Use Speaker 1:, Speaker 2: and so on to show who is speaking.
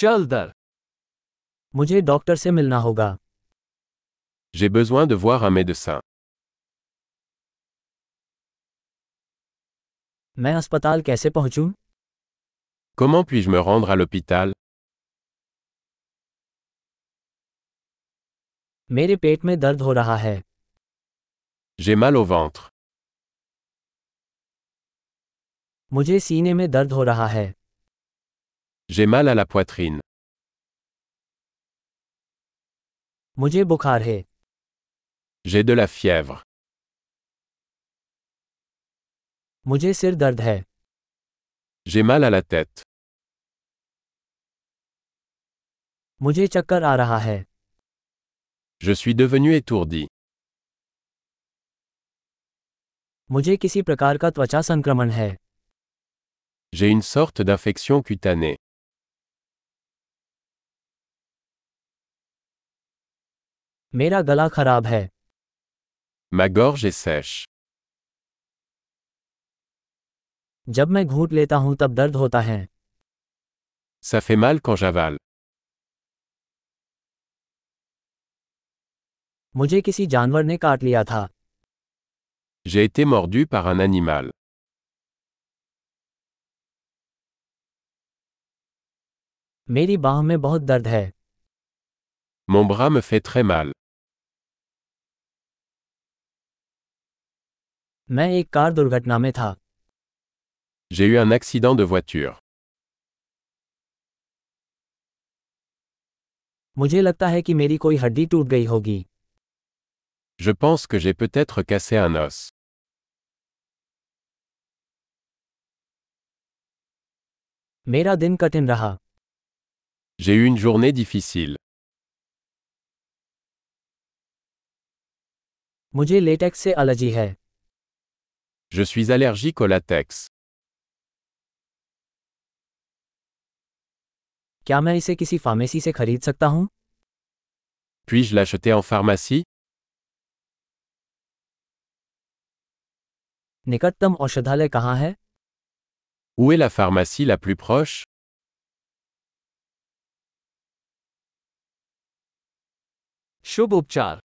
Speaker 1: चल दर
Speaker 2: मुझे डॉक्टर से मिलना होगा
Speaker 3: J'ai besoin de voir un médecin.
Speaker 2: मैं अस्पताल कैसे पहुंचूं?
Speaker 3: Comment puis-je me rendre à l'hôpital
Speaker 2: मेरे पेट में दर्द हो रहा है
Speaker 3: J'ai mal au ventre.
Speaker 2: मुझे सीने में दर्द हो रहा है
Speaker 3: J'ai mal à la poitrine.
Speaker 2: मुझे बुखार है
Speaker 3: J'ai de la fièvre.
Speaker 2: मुझे सिर दर्द है
Speaker 3: J'ai mal à la tête.
Speaker 2: मुझे चक्कर आ रहा है
Speaker 3: Je suis devenu étourdi.
Speaker 2: मुझे किसी प्रकार का त्वचा संक्रमण है
Speaker 3: J'ai une sorte d'infection cutanée.
Speaker 2: मेरा गला खराब है
Speaker 3: Ma gorge est sèche.
Speaker 2: जब मैं घूंट लेता हूं तब दर्द होता है
Speaker 3: Ça fait mal quand j'avale.
Speaker 2: मुझे किसी जानवर ने काट लिया था
Speaker 3: J'ai été mordu par un animal.
Speaker 2: मेरी बाह में बहुत दर्द है
Speaker 3: Mon bras me fait très mal.
Speaker 2: मैं एक कार दुर्घटना में था
Speaker 3: J'ai eu un accident de voiture.
Speaker 2: मुझे लगता है कि मेरी कोई हड्डी टूट गई होगी
Speaker 3: Je pense que j'ai peut-être cassé un os.
Speaker 2: मेरा दिन कठिन रहा
Speaker 3: J'ai eu une journée difficile.
Speaker 2: मुझे लेटेक्स से एलर्जी है
Speaker 3: Je suis allergique au latex.
Speaker 2: क्या मैं इसे किसी फार्मेसी से खरीद सकता हूँ
Speaker 3: Puis-je l'acheter en pharmacie
Speaker 2: निकटतम औषधालय कहाँ है
Speaker 3: Où est la pharmacie la plus proche
Speaker 1: शुभ उपचार